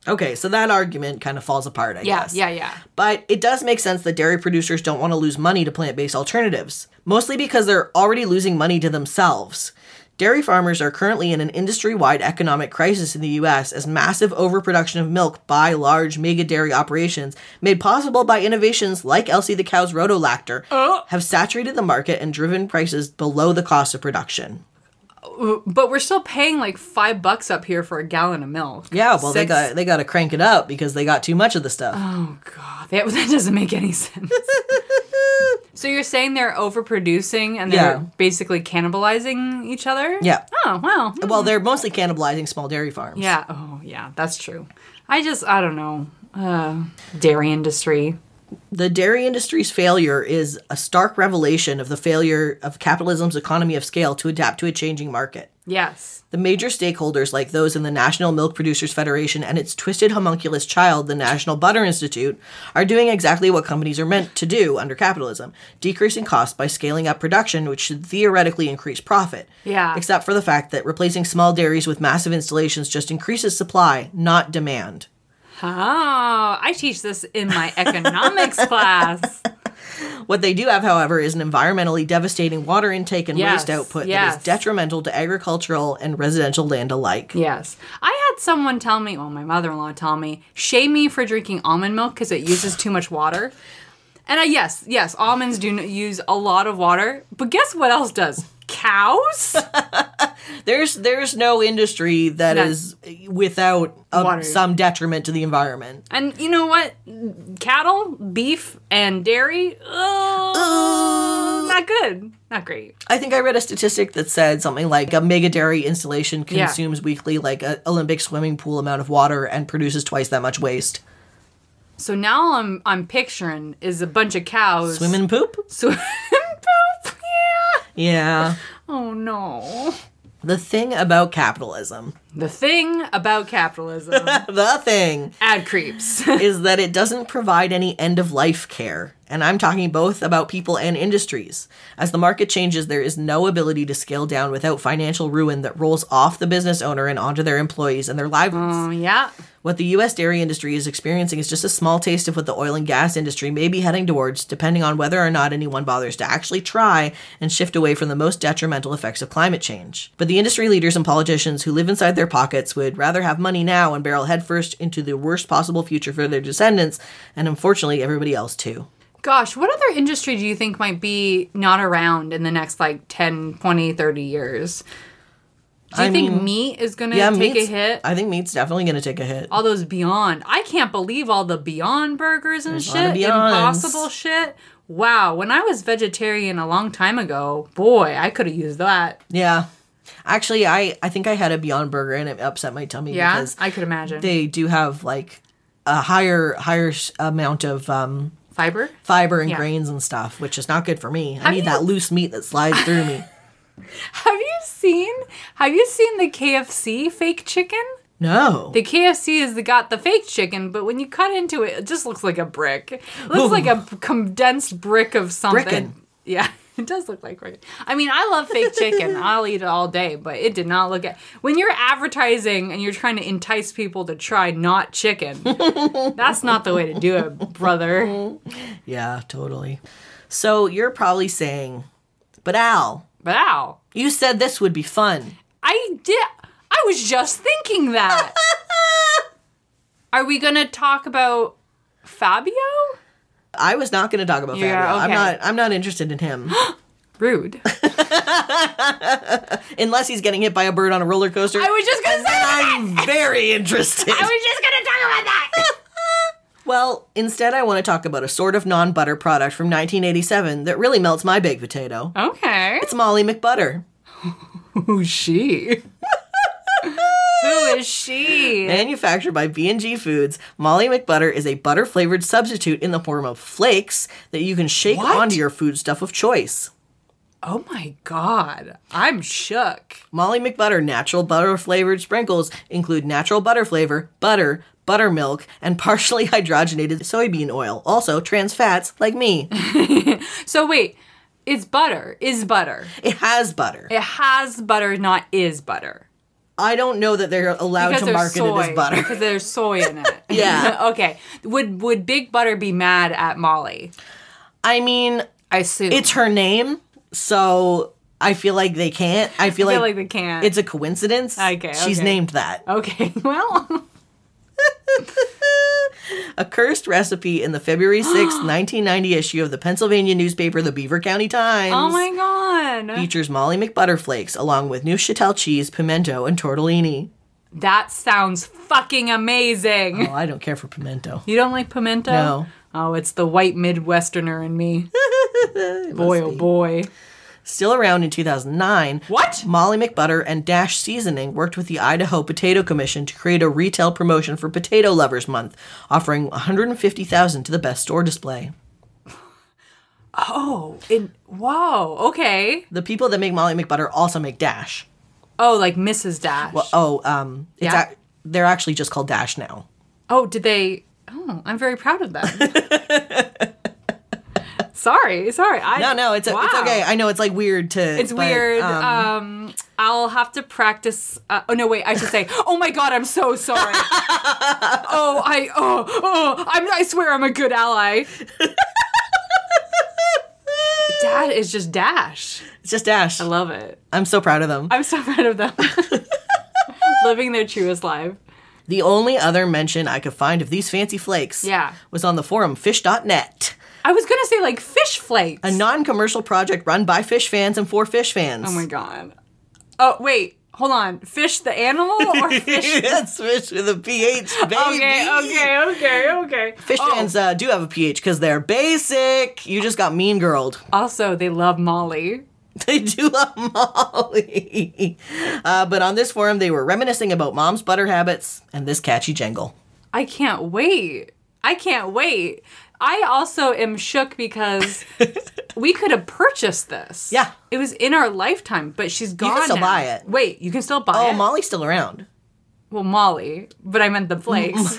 [SPEAKER 1] okay, so that argument kind of falls apart, I
[SPEAKER 2] Yeah,
[SPEAKER 1] guess.
[SPEAKER 2] yeah, yeah.
[SPEAKER 1] But it does make sense that dairy producers don't want to lose money to plant based alternatives, mostly because they're already losing money to themselves. Dairy farmers are currently in an industry wide economic crisis in the US as massive overproduction of milk by large mega dairy operations, made possible by innovations like Elsie the cow's rotolactor,
[SPEAKER 2] Oh.
[SPEAKER 1] have saturated the market and driven prices below the cost of production.
[SPEAKER 2] But we're still paying like five bucks up here for a gallon of milk.
[SPEAKER 1] Yeah, well, they
[SPEAKER 2] Six-
[SPEAKER 1] got they got to crank it up because they got too much of the stuff.
[SPEAKER 2] Oh god, that, that doesn't make any sense. so you're saying they're overproducing and they're
[SPEAKER 1] Yeah.
[SPEAKER 2] basically cannibalizing each other?
[SPEAKER 1] Yeah.
[SPEAKER 2] Oh wow.
[SPEAKER 1] Well, they're mostly cannibalizing small dairy farms.
[SPEAKER 2] Yeah. Oh, yeah. That's true. I just, I don't know. Uh, dairy industry.
[SPEAKER 1] The dairy industry's failure is a stark revelation of the failure of capitalism's economy of scale to adapt to a changing market.
[SPEAKER 2] Yes.
[SPEAKER 1] The major stakeholders, like those in the National Milk Producers Federation and its twisted homunculus child, the National Butter Institute, are doing exactly what companies are meant to do under capitalism decreasing costs by scaling up production, which should theoretically increase profit.
[SPEAKER 2] Yeah.
[SPEAKER 1] Except for the fact that replacing small dairies with massive installations just increases supply, not demand.
[SPEAKER 2] Oh, I teach this in my economics class.
[SPEAKER 1] What they do have, however, is an environmentally devastating water intake and
[SPEAKER 2] Yes,
[SPEAKER 1] waste output that
[SPEAKER 2] yes.
[SPEAKER 1] is detrimental to agricultural and residential land alike.
[SPEAKER 2] Yes. I had someone tell me, well, my mother in law tell me, shame me for drinking almond milk because it uses too much water. And I, yes, yes, almonds do n- use a lot of water. But guess what else does? Cows?
[SPEAKER 1] There's there's no industry that
[SPEAKER 2] No.
[SPEAKER 1] is without a-
[SPEAKER 2] Water.
[SPEAKER 1] some detriment to the environment.
[SPEAKER 2] And you know what? Cattle, beef, and dairy, oh, not good. Not great.
[SPEAKER 1] I think I read a statistic that said something like a mega dairy installation
[SPEAKER 2] Yeah.
[SPEAKER 1] consumes weekly like an Olympic swimming pool amount of water and produces twice that much waste.
[SPEAKER 2] So now I'm I'm picturing is a bunch of cows
[SPEAKER 1] Swim and poop?
[SPEAKER 2] swim poop. Yeah.
[SPEAKER 1] Yeah.
[SPEAKER 2] Oh no.
[SPEAKER 1] the thing about capitalism.
[SPEAKER 2] The thing about capitalism,
[SPEAKER 1] The thing.
[SPEAKER 2] ad creeps.
[SPEAKER 1] is that it doesn't provide any end of life care. And I'm talking both about people and industries. As the market changes, there is no ability to scale down without financial ruin that rolls off the business owner and onto their employees and their livelihoods.
[SPEAKER 2] Oh yeah.
[SPEAKER 1] What the US dairy industry is experiencing is just a small taste of what the oil and gas industry may be heading towards, depending on whether or not anyone bothers to actually try and shift away from the most detrimental effects of climate change. But the industry leaders and politicians who live inside their pockets would rather have money now and barrel headfirst into the worst possible future for their descendants, and unfortunately, everybody else too.
[SPEAKER 2] Gosh, what other industry do you think might be not around in the next like 10, 20, 30 years? Do you
[SPEAKER 1] I
[SPEAKER 2] think
[SPEAKER 1] mean-
[SPEAKER 2] meat is going to
[SPEAKER 1] Yeah,
[SPEAKER 2] take a
[SPEAKER 1] meat's-
[SPEAKER 2] hit?
[SPEAKER 1] I think meat's definitely going to take a hit.
[SPEAKER 2] all those Beyond. I can't believe all the Beyond burgers and
[SPEAKER 1] lot of
[SPEAKER 2] shit,
[SPEAKER 1] Beyonds.
[SPEAKER 2] impossible shit. Wow, when I was vegetarian a long time ago, boy, I could have used that.
[SPEAKER 1] yeah. Actually, I, I think I had a Beyond Burger and it upset my tummy
[SPEAKER 2] Yeah,
[SPEAKER 1] because
[SPEAKER 2] I could imagine.
[SPEAKER 1] they do have like a higher higher s- amount of um,
[SPEAKER 2] Fiber?
[SPEAKER 1] fiber and
[SPEAKER 2] Yeah.
[SPEAKER 1] grains and stuff, which is not good for me. I
[SPEAKER 2] Have
[SPEAKER 1] need
[SPEAKER 2] you-
[SPEAKER 1] that loose meat that slides through me.
[SPEAKER 2] Have you seen? Have you seen the KFC fake chicken?
[SPEAKER 1] No,
[SPEAKER 2] The KFC is the got the fake chicken, but when you cut into it, it just looks like a brick. It looks like a condensed brick of something.
[SPEAKER 1] Brickin'.
[SPEAKER 2] Yeah, it does look like brick. I mean, I love fake chicken. I'll eat it all day, but it did not look at when you're advertising and you're trying to entice people to try not chicken. that's not the way to do it, brother.
[SPEAKER 1] yeah, totally. So you're probably saying, but Al,
[SPEAKER 2] But ow.
[SPEAKER 1] you said this would be fun.
[SPEAKER 2] I did. I was just thinking that. Are we gonna talk about Fabio?
[SPEAKER 1] I was not going to talk about Fabio.
[SPEAKER 2] Yeah,
[SPEAKER 1] I'm
[SPEAKER 2] okay.
[SPEAKER 1] not. I'm not interested in him.
[SPEAKER 2] rude.
[SPEAKER 1] Unless he's getting hit by a bird on a roller coaster.
[SPEAKER 2] I was just gonna say that.
[SPEAKER 1] I'm very interested.
[SPEAKER 2] I was just gonna talk about that.
[SPEAKER 1] Well, instead, I want to talk about a sort of non butter product from 1987 that really melts my baked potato.
[SPEAKER 2] okay.
[SPEAKER 1] It's Molly McButter.
[SPEAKER 2] Who's she? Who is she?
[SPEAKER 1] Manufactured by B&G Foods, Molly McButter is a butter-flavored substitute in the form of flakes that you can shake
[SPEAKER 2] What?
[SPEAKER 1] onto your foodstuff of choice.
[SPEAKER 2] Oh my god. I'm shook.
[SPEAKER 1] Molly McButter natural butter flavored sprinkles include natural butter flavor, butter, buttermilk, and partially hydrogenated soybean oil. Also, trans fats like me.
[SPEAKER 2] So wait, it's butter. Is butter.
[SPEAKER 1] It has butter.
[SPEAKER 2] It has butter, not is butter.
[SPEAKER 1] I don't know that they're allowed Oh, to
[SPEAKER 2] there's
[SPEAKER 1] market it as butter.
[SPEAKER 2] Because there's soy in it.
[SPEAKER 1] Yeah.
[SPEAKER 2] okay. Would would Big Butter be mad at Molly?
[SPEAKER 1] I mean,
[SPEAKER 2] I assume.
[SPEAKER 1] it's her name, so I feel like they can't. I feel,
[SPEAKER 2] I feel
[SPEAKER 1] like,
[SPEAKER 2] like they can't.
[SPEAKER 1] it's a coincidence.
[SPEAKER 2] Okay,
[SPEAKER 1] She's
[SPEAKER 2] okay.
[SPEAKER 1] named that.
[SPEAKER 2] okay. Well,
[SPEAKER 1] A cursed recipe in the February 6, 1990 issue of the Pennsylvania newspaper The Beaver County Times.
[SPEAKER 2] oh my god,
[SPEAKER 1] features Molly McButterflakes along with Neuchatel cheese, pimento, and tortellini.
[SPEAKER 2] that sounds fucking amazing.
[SPEAKER 1] Oh, I don't care for pimento.
[SPEAKER 2] You don't like pimento?
[SPEAKER 1] No.
[SPEAKER 2] Oh, it's the white Midwesterner in me. boy, oh boy.
[SPEAKER 1] Still around in 2009,
[SPEAKER 2] What?
[SPEAKER 1] Molly McButter and Dash Seasoning worked with the Idaho Potato Commission to create a retail promotion for Potato Lovers Month, offering 150,000 to the best store display.
[SPEAKER 2] Oh, it, whoa. Okay.
[SPEAKER 1] The people that make Molly McButter also make Dash.
[SPEAKER 2] Oh, like Mrs. Dash.
[SPEAKER 1] Oh, um, it's
[SPEAKER 2] Yeah.
[SPEAKER 1] ac- they're actually just called Dash now.
[SPEAKER 2] Oh, did they? Oh, I'm very proud of them. sorry, sorry. I,
[SPEAKER 1] No, no, it's, it's
[SPEAKER 2] Wow.
[SPEAKER 1] okay. I know it's like weird to.
[SPEAKER 2] It's weird. Um, I'll have to practice. Uh, oh no, wait. I should say. Oh my god, I'm so sorry. oh, I oh oh. I'm, I swear, I'm a good ally. Dad is just Dash.
[SPEAKER 1] It's just Dash.
[SPEAKER 2] I love it.
[SPEAKER 1] I'm so proud of them.
[SPEAKER 2] I'm so proud of them. Living their truest life.
[SPEAKER 1] The only other mention I could find of these fancy flakes
[SPEAKER 2] Yeah.
[SPEAKER 1] was on the forum fish.net,
[SPEAKER 2] I was gonna say like fish flakes.
[SPEAKER 1] a non commercial project run by fish fans and for fish fans.
[SPEAKER 2] Oh my god. Oh wait, hold on. Fish the animal or fish?
[SPEAKER 1] That's fish with a pH, baby.
[SPEAKER 2] okay, okay, okay, okay.
[SPEAKER 1] Fish
[SPEAKER 2] Oh,
[SPEAKER 1] fans uh, do have a pH because they're basic. You just got mean girled.
[SPEAKER 2] Also, they love Molly.
[SPEAKER 1] They do love Molly. Uh, but on this forum, they were reminiscing about mom's butter habits and this catchy jingle.
[SPEAKER 2] I can't wait. I can't wait. I also am shook because
[SPEAKER 1] Oh,
[SPEAKER 2] we could have purchased this.
[SPEAKER 1] Yeah.
[SPEAKER 2] It was in our lifetime, but she's gone.
[SPEAKER 1] still
[SPEAKER 2] now.
[SPEAKER 1] buy it.
[SPEAKER 2] Wait, you can still buy
[SPEAKER 1] Oh,
[SPEAKER 2] it.
[SPEAKER 1] Molly's still around.
[SPEAKER 2] well, Molly, but I meant the flakes.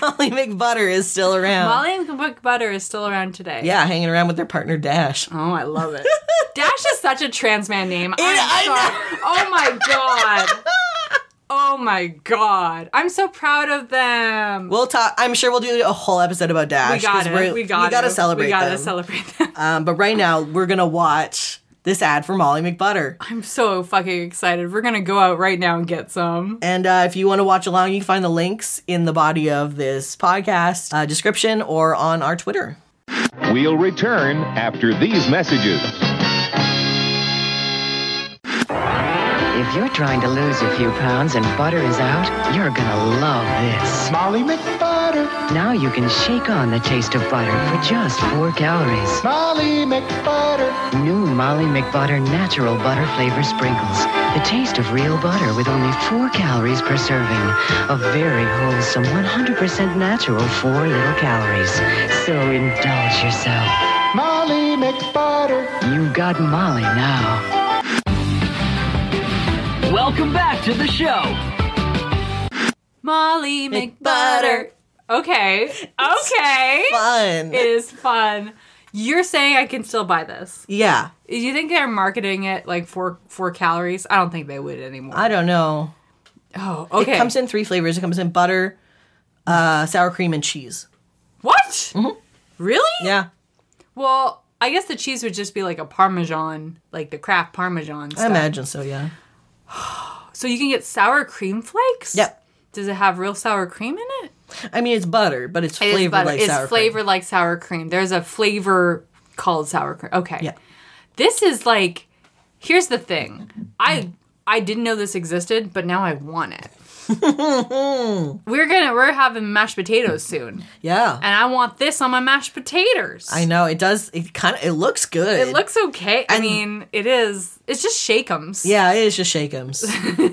[SPEAKER 1] Molly McButter is still around.
[SPEAKER 2] Molly and Cookbook Butter is still around today.
[SPEAKER 1] Yeah, hanging around with their partner Dash.
[SPEAKER 2] Oh, I love it. Dash is such a trans man name. I'm
[SPEAKER 1] I
[SPEAKER 2] sorry. Oh my god. Oh my god. I'm so proud of them.
[SPEAKER 1] We'll talk. I'm sure we'll do a whole episode about Dash.
[SPEAKER 2] we got
[SPEAKER 1] 'cause
[SPEAKER 2] it.
[SPEAKER 1] we're-
[SPEAKER 2] We got it.
[SPEAKER 1] We gotta celebrate
[SPEAKER 2] We gotta
[SPEAKER 1] them.
[SPEAKER 2] celebrate them.
[SPEAKER 1] um, but right now, we're gonna watch this ad for Molly McButter.
[SPEAKER 2] I'm so fucking excited. We're gonna go out right now and get some.
[SPEAKER 1] And uh, if you want to watch along, you can find the links in the body of this podcast uh, description or on our Twitter.
[SPEAKER 3] We'll return after these messages.
[SPEAKER 4] If you're trying to lose a few pounds and butter is out, you're gonna love this.
[SPEAKER 5] Molly McButter,
[SPEAKER 4] Now you can shake on the taste of butter for just four calories.
[SPEAKER 5] Molly McButter.
[SPEAKER 4] New Molly McButter Natural Butter Flavor Sprinkles. The taste of real butter with only four calories per serving. A very wholesome, 100% natural four little calories. So indulge yourself.
[SPEAKER 5] Molly McButter.
[SPEAKER 4] You got Molly now.
[SPEAKER 6] Welcome back to the show.
[SPEAKER 2] Molly McButter. Okay. Okay.
[SPEAKER 1] Fun.
[SPEAKER 2] It is fun. You're saying I can still buy this.
[SPEAKER 1] yeah.
[SPEAKER 2] Do you think they're marketing it like for four calories? I don't think they would anymore.
[SPEAKER 1] I don't know.
[SPEAKER 2] oh, okay.
[SPEAKER 1] It comes in three flavors. It comes in butter, uh, sour cream, and cheese.
[SPEAKER 2] what? Really?
[SPEAKER 1] Mm-hmm. Yeah.
[SPEAKER 2] Well, I guess the cheese would just be like a parmesan, like the Kraft parmesan
[SPEAKER 1] I
[SPEAKER 2] stuff.
[SPEAKER 1] imagine so, yeah.
[SPEAKER 2] So you can get sour cream flakes?
[SPEAKER 1] Yep.
[SPEAKER 2] Does it have real sour cream in it?
[SPEAKER 1] I mean, it's butter, but it's
[SPEAKER 2] It is
[SPEAKER 1] flavored
[SPEAKER 2] butter.
[SPEAKER 1] like
[SPEAKER 2] it's
[SPEAKER 1] sour
[SPEAKER 2] flavored like sour cream. There's a flavor called sour cream. Okay.
[SPEAKER 1] Yeah.
[SPEAKER 2] This is like Here's the thing. I I didn't know this existed, but now I want it. we're gonna we're having mashed potatoes soon.
[SPEAKER 1] Yeah.
[SPEAKER 2] And I want this on my mashed potatoes.
[SPEAKER 1] I know it does. It kind of it looks good.
[SPEAKER 2] It looks okay. I
[SPEAKER 1] And-
[SPEAKER 2] mean, it is. It's just shake'ems.
[SPEAKER 1] Yeah, it is just Shake'ems.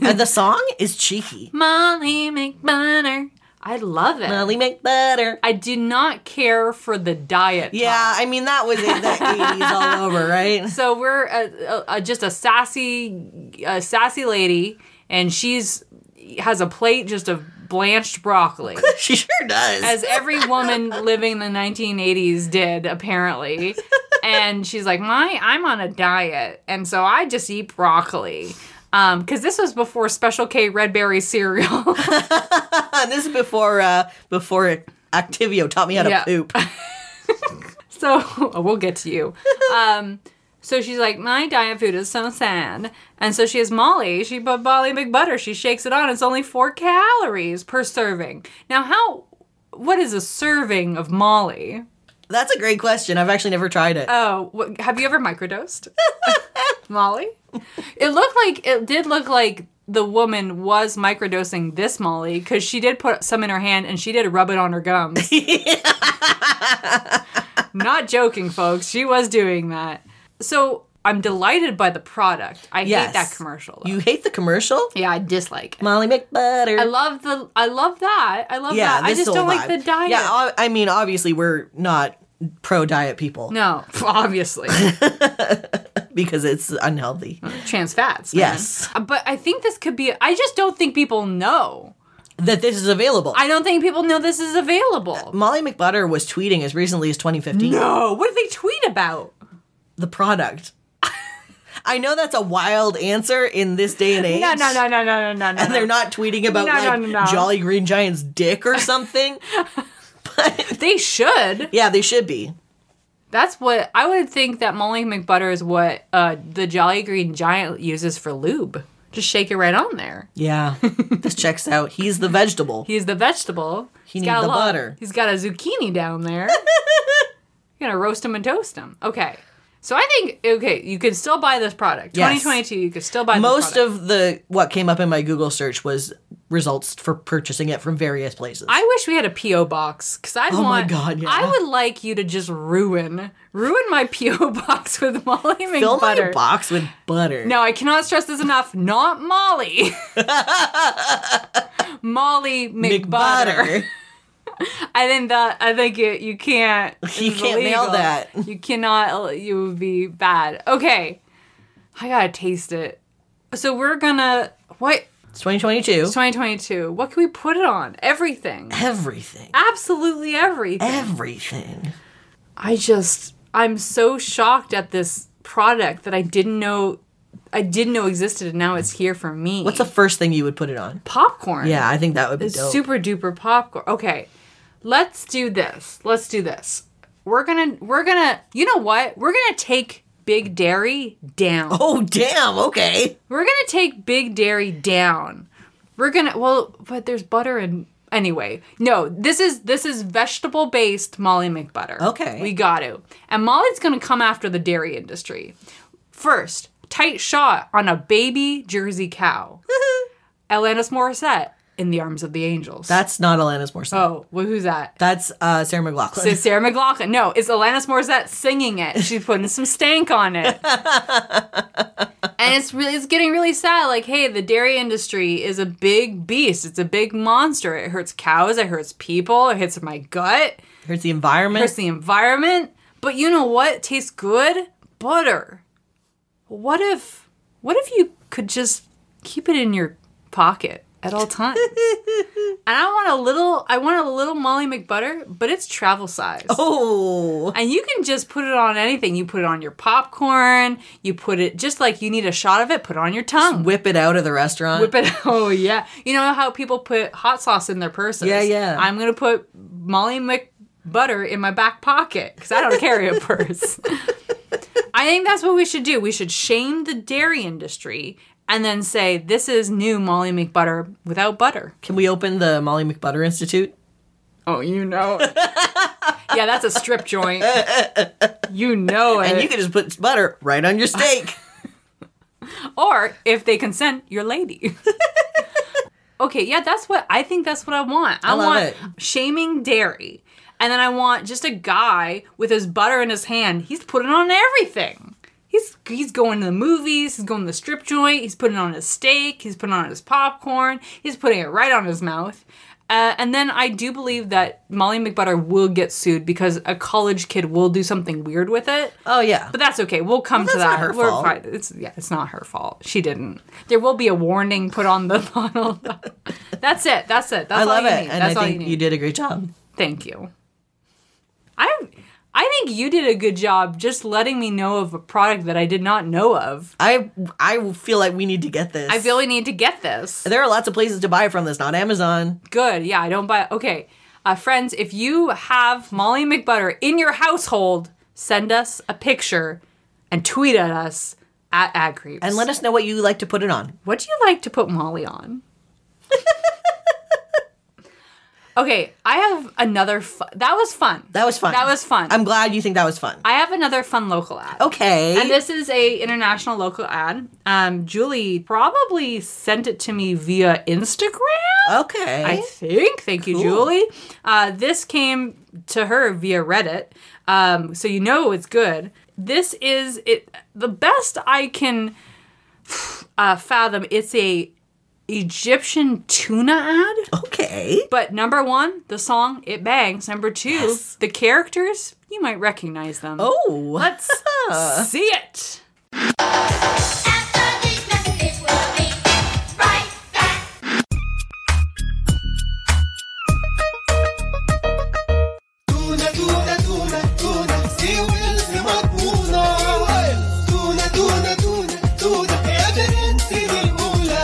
[SPEAKER 1] and the song is cheeky.
[SPEAKER 2] Molly McButter. I love it.
[SPEAKER 1] Molly McButter.
[SPEAKER 2] I do not care for the diet.
[SPEAKER 1] Yeah, I mean that was in the eighties all over, right?
[SPEAKER 2] So we're a, a, a, just a sassy, a sassy lady, and she's has a plate just of blanched broccoli,
[SPEAKER 1] She sure does.
[SPEAKER 2] as every woman living in the 1980s did apparently. And she's like, "My, I'm on a diet, and so I just eat broccoli." Um, because this was before Special K Red Berry cereal.
[SPEAKER 1] and this is before uh before Activio taught me how to
[SPEAKER 2] Yeah.
[SPEAKER 1] poop.
[SPEAKER 2] So oh, we'll get to you. Um, so she's like, my diet food is so sad, and so she has Molly. She put Molly McButter. She shakes it on. It's only four calories per serving. Now, how? What is a serving of Molly?
[SPEAKER 1] That's a great question. I've actually never tried it.
[SPEAKER 2] Oh, what, have you ever microdosed Molly? It looked like it did look like the woman was microdosing this Molly because she did put some in her hand and she did rub it on her gums. Not joking, folks. She was doing that. So I'm delighted by the product. I hate
[SPEAKER 1] Yes.
[SPEAKER 2] that commercial. Though.
[SPEAKER 1] you hate the commercial?
[SPEAKER 2] yeah, I dislike it.
[SPEAKER 1] Molly McButter.
[SPEAKER 2] I love the. I love that. I love that. I
[SPEAKER 1] this
[SPEAKER 2] just
[SPEAKER 1] whole
[SPEAKER 2] don't like the
[SPEAKER 1] vibe.
[SPEAKER 2] diet.
[SPEAKER 1] Yeah, ob- I mean, obviously we're not pro diet people
[SPEAKER 2] no, obviously.
[SPEAKER 1] because it's unhealthy.
[SPEAKER 2] trans fats. man.
[SPEAKER 1] Yes.
[SPEAKER 2] Uh, But I think this could be I just don't think people know.
[SPEAKER 1] that this is available.
[SPEAKER 2] I don't think people know this is available.
[SPEAKER 1] Molly McButter was tweeting as recently as 2015
[SPEAKER 2] No, what did they tweet about? Mm-hmm.
[SPEAKER 1] the product. I know that's a wild answer in this day and age.
[SPEAKER 2] No, no, no, no, no, no, no.
[SPEAKER 1] And they're not tweeting about
[SPEAKER 2] No, no,
[SPEAKER 1] like
[SPEAKER 2] no, no.
[SPEAKER 1] Jolly Green Giant's dick or something.
[SPEAKER 2] They should.
[SPEAKER 1] yeah, they should be.
[SPEAKER 2] That's what I would think that Molly McButter is what uh, the Jolly Green Giant uses for lube. Just shake it right on there.
[SPEAKER 1] Yeah, this checks out. He's the vegetable.
[SPEAKER 2] He's the vegetable. He
[SPEAKER 1] need the butter.
[SPEAKER 2] He's got a zucchini down there. You're gonna roast him and toast him. Okay. So I think okay, you could still buy this product.
[SPEAKER 1] Yes.
[SPEAKER 2] 2022, you could still buy this
[SPEAKER 1] Most
[SPEAKER 2] product.
[SPEAKER 1] of the what came up in my Google search was results for purchasing it from various places.
[SPEAKER 2] I wish we had a PO box because I
[SPEAKER 1] Oh my
[SPEAKER 2] want.
[SPEAKER 1] God, yeah.
[SPEAKER 2] I would like you to just ruin ruin my PO box with Molly
[SPEAKER 1] Fill my
[SPEAKER 2] McButter.
[SPEAKER 1] box with butter.
[SPEAKER 2] No, I cannot stress this enough. Not Molly. Molly
[SPEAKER 1] McButter.
[SPEAKER 2] McButter. I think that I think it, you can't.
[SPEAKER 1] You
[SPEAKER 2] it's
[SPEAKER 1] can't nail
[SPEAKER 2] illegal.
[SPEAKER 1] that.
[SPEAKER 2] You cannot. You would be bad. Okay, I gotta taste it. So we're gonna what?
[SPEAKER 1] It's 2022.
[SPEAKER 2] 2022. What can we put it on? Everything.
[SPEAKER 1] Everything.
[SPEAKER 2] Absolutely everything.
[SPEAKER 1] Everything.
[SPEAKER 2] I just I'm so shocked at this product that I didn't know I didn't know existed and now it's here for me.
[SPEAKER 1] What's the first thing you would put it on?
[SPEAKER 2] popcorn?
[SPEAKER 1] Yeah, I think that would be
[SPEAKER 2] It's
[SPEAKER 1] dope.
[SPEAKER 2] super duper popcorn. Okay. Let's do this. Let's do this. We're going to we're going to You know what? We're going to take Big Dairy down.
[SPEAKER 1] oh damn. Okay.
[SPEAKER 2] We're going to take Big Dairy down. We're going to Well, but there's butter and Anyway, no, this is this is vegetable based Molly McButter.
[SPEAKER 1] Okay.
[SPEAKER 2] We got to. And Molly's going to come after the dairy industry. First, tight shot on a baby Jersey cow. Alanis Morissette in the arms of the angels.
[SPEAKER 1] That's not Alanis Morissette.
[SPEAKER 2] Oh, well, who's that?
[SPEAKER 1] That's uh, Sarah McLaughlin.
[SPEAKER 2] It's Sarah McLaughlin. No, it's Alanis Morissette singing it. She's putting some stank on it. and it's really it's getting really sad. Like, hey, the dairy industry is a big beast. It's a big monster. It hurts cows, it hurts people, it hurts my gut,
[SPEAKER 1] Here's the
[SPEAKER 2] it
[SPEAKER 1] environment.
[SPEAKER 2] hurts the environment. But you know what? tastes good? Butter. What if what if you could just keep it in your pocket at all times? and I want a little I want a little Molly McButter, but it's travel size.
[SPEAKER 1] oh.
[SPEAKER 2] And you can just put it on anything. You put it on your popcorn. You put it just like you need a shot of it. Put it on your tongue.
[SPEAKER 1] Whip it out of the restaurant.
[SPEAKER 2] Whip it. Oh yeah. You know how people put hot sauce in their purses.
[SPEAKER 1] Yeah, yeah.
[SPEAKER 2] I'm gonna put Molly McButter in my back pocket because I don't carry a purse. I think that's what we should do. We should shame the dairy industry and then say this is new Molly McButter without butter.
[SPEAKER 1] Can we open the Molly McButter Institute?
[SPEAKER 2] Oh, you know. it. yeah, that's a strip joint. You know it.
[SPEAKER 1] And you can just put butter right on your steak.
[SPEAKER 2] or if they consent, your lady. okay, yeah, that's what I think that's what I want. I,
[SPEAKER 1] love
[SPEAKER 2] want
[SPEAKER 1] it.
[SPEAKER 2] shaming dairy. And then I want just a guy with his butter in his hand. He's putting it on everything. He's he's going to the movies, he's going to the strip joint, he's putting it on his steak, he's putting it on his popcorn, he's putting it right on his mouth. Uh, and then I do believe that Molly McButter will get sued because a college kid will do something weird with it.
[SPEAKER 1] Oh yeah.
[SPEAKER 2] But that's okay. We'll come
[SPEAKER 1] Well,
[SPEAKER 2] to
[SPEAKER 1] that's
[SPEAKER 2] that.
[SPEAKER 1] not her
[SPEAKER 2] We're
[SPEAKER 1] fault.
[SPEAKER 2] fine. It's yeah, it's not her fault. She didn't. There will be a warning put on the bottle. that's it. That's it. That's
[SPEAKER 1] I love
[SPEAKER 2] all you
[SPEAKER 1] it,
[SPEAKER 2] need.
[SPEAKER 1] and
[SPEAKER 2] that's
[SPEAKER 1] I
[SPEAKER 2] all
[SPEAKER 1] think
[SPEAKER 2] you
[SPEAKER 1] you,
[SPEAKER 2] need.
[SPEAKER 1] did a great job.
[SPEAKER 2] Thank you. I I think you did a good job just letting me know of a product that I did not know of.
[SPEAKER 1] I I feel like we need to get this.
[SPEAKER 2] I really need to get this.
[SPEAKER 1] there are lots of places to buy from this, not Amazon.
[SPEAKER 2] Good. Yeah, I don't buy. Okay, uh, friends, if you have Molly McButter in your household, send us a picture and tweet at us at AdCreeps.
[SPEAKER 1] And let us know what you like to put it on.
[SPEAKER 2] What do you like to put Molly on? okay, I have another. Fu- that was fun.
[SPEAKER 1] That was fun.
[SPEAKER 2] That was fun.
[SPEAKER 1] I'm Oh, glad you think that was fun.
[SPEAKER 2] I have another fun local ad.
[SPEAKER 1] okay.
[SPEAKER 2] And this is a international local ad. Um, Julie probably sent it to me via Instagram.
[SPEAKER 1] okay.
[SPEAKER 2] I think. Thank you,
[SPEAKER 1] Cool.
[SPEAKER 2] Julie. Uh, this came to her via Reddit, um, so you know it's good. This is it. The best I can uh, fathom. It's a Egyptian tuna ad.
[SPEAKER 1] okay.
[SPEAKER 2] But number one, the song it bangs. Number two, the characters you might recognize them.
[SPEAKER 1] Oh.
[SPEAKER 2] let's see it.
[SPEAKER 7] After these messages, we'll be right back.
[SPEAKER 5] تونة تونة تونة تونة سي ويلز مطبوزة تونة تونة تونة تونة يا برنسي المولى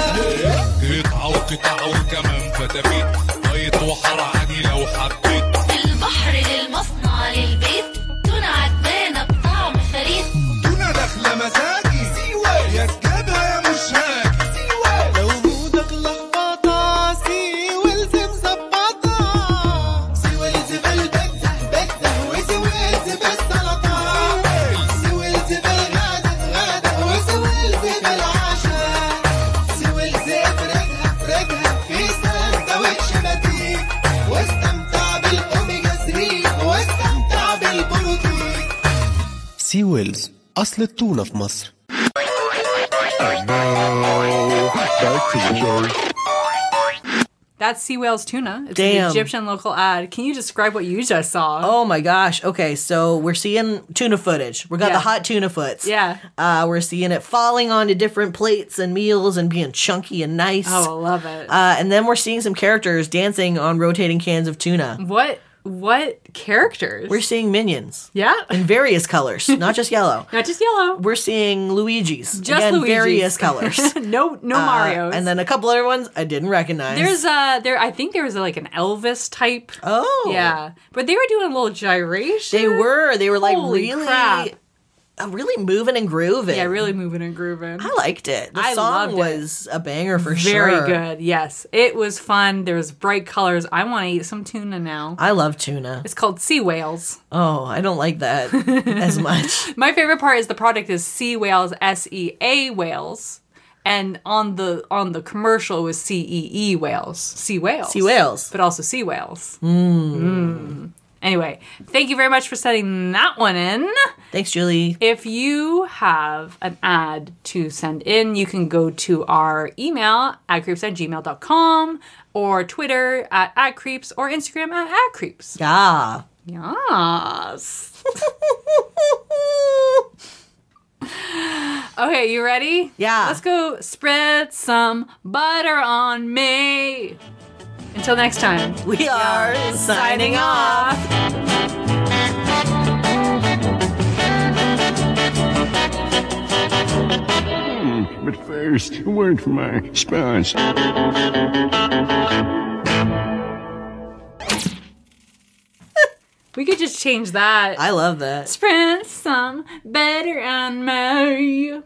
[SPEAKER 8] قطعة وقطعة وكمان فتافيت بيض وحر عادي لو حبيت
[SPEAKER 9] البحر للمصنع للبيت دون عدنانة بطعم فريد
[SPEAKER 8] تونة داخلة مزاجي سيوي يا سجادها يا مش هاجي
[SPEAKER 5] لو مودك لخبطة سي ويلز مظبطة سي ويلز بالبيتزا بيتزا وسي ويلز بالسلطة سي ويلز بالغدا غدا وسي ويلز بالعشاء سي ويلز فرقها فرقها في سندوتش متين واستمتع بالأوميجا 3 واستمتع بالبروتين
[SPEAKER 10] سي ويلز أصل التونة في مصر
[SPEAKER 2] That's Sea Whales Tuna. It's
[SPEAKER 1] Damn.
[SPEAKER 2] an Egyptian local ad. Can you describe what you just saw?
[SPEAKER 1] Oh my gosh. Okay, so we're seeing tuna footage. We got
[SPEAKER 2] Yeah.
[SPEAKER 1] the hot tuna foots.
[SPEAKER 2] Yeah.
[SPEAKER 1] Uh, we're seeing it falling onto different plates and meals and being chunky and nice.
[SPEAKER 2] Oh, I love it.
[SPEAKER 1] Uh, and then we're seeing some characters dancing on rotating cans of tuna.
[SPEAKER 2] what what characters?
[SPEAKER 1] We're seeing minions
[SPEAKER 2] yeah,
[SPEAKER 1] in various colors, not just yellow.
[SPEAKER 2] not just yellow.
[SPEAKER 1] We're seeing Luigi's.
[SPEAKER 2] Just
[SPEAKER 1] again,
[SPEAKER 2] Luigi's.
[SPEAKER 1] various colors.
[SPEAKER 2] no, no Mario's.
[SPEAKER 1] Uh, and then a couple other ones I didn't recognize.
[SPEAKER 2] there's uh there. I think there was like an Elvis type.
[SPEAKER 1] oh
[SPEAKER 2] Yeah, but they were doing a little gyration.
[SPEAKER 1] they were they were like
[SPEAKER 2] Holy
[SPEAKER 1] really
[SPEAKER 2] crap.
[SPEAKER 1] uh, really moving and grooving.
[SPEAKER 2] Yeah, really moving and grooving.
[SPEAKER 1] I liked it. The
[SPEAKER 2] I
[SPEAKER 1] song
[SPEAKER 2] loved it.
[SPEAKER 1] was a banger Oh, for sure.
[SPEAKER 2] Very good. Yes, it was fun. There was bright colors. I want to eat some tuna now.
[SPEAKER 1] I love tuna.
[SPEAKER 2] It's called sea whales.
[SPEAKER 1] Oh, I don't like that as much.
[SPEAKER 2] My favorite part is the product is sea whales, S E A whales, and on the on the commercial was C E E whales, sea whales,
[SPEAKER 1] Sea whales.
[SPEAKER 2] but also sea whales. Mm. Anyway, thank you very much for sending that one in.
[SPEAKER 1] Thanks, Julie.
[SPEAKER 2] If you have an ad to send in, you can go to our email at creeps at gmail.com or Twitter at, at creeps or Instagram at, at creeps.
[SPEAKER 1] Yeah.
[SPEAKER 2] Yes. Okay, you ready?
[SPEAKER 1] Yeah.
[SPEAKER 2] Let's go spread some butter on me. Until next time.
[SPEAKER 1] we are signing off.
[SPEAKER 3] But first, a word from our sponsor.
[SPEAKER 2] We could just change that.
[SPEAKER 1] I love that.
[SPEAKER 2] spread some butter on me.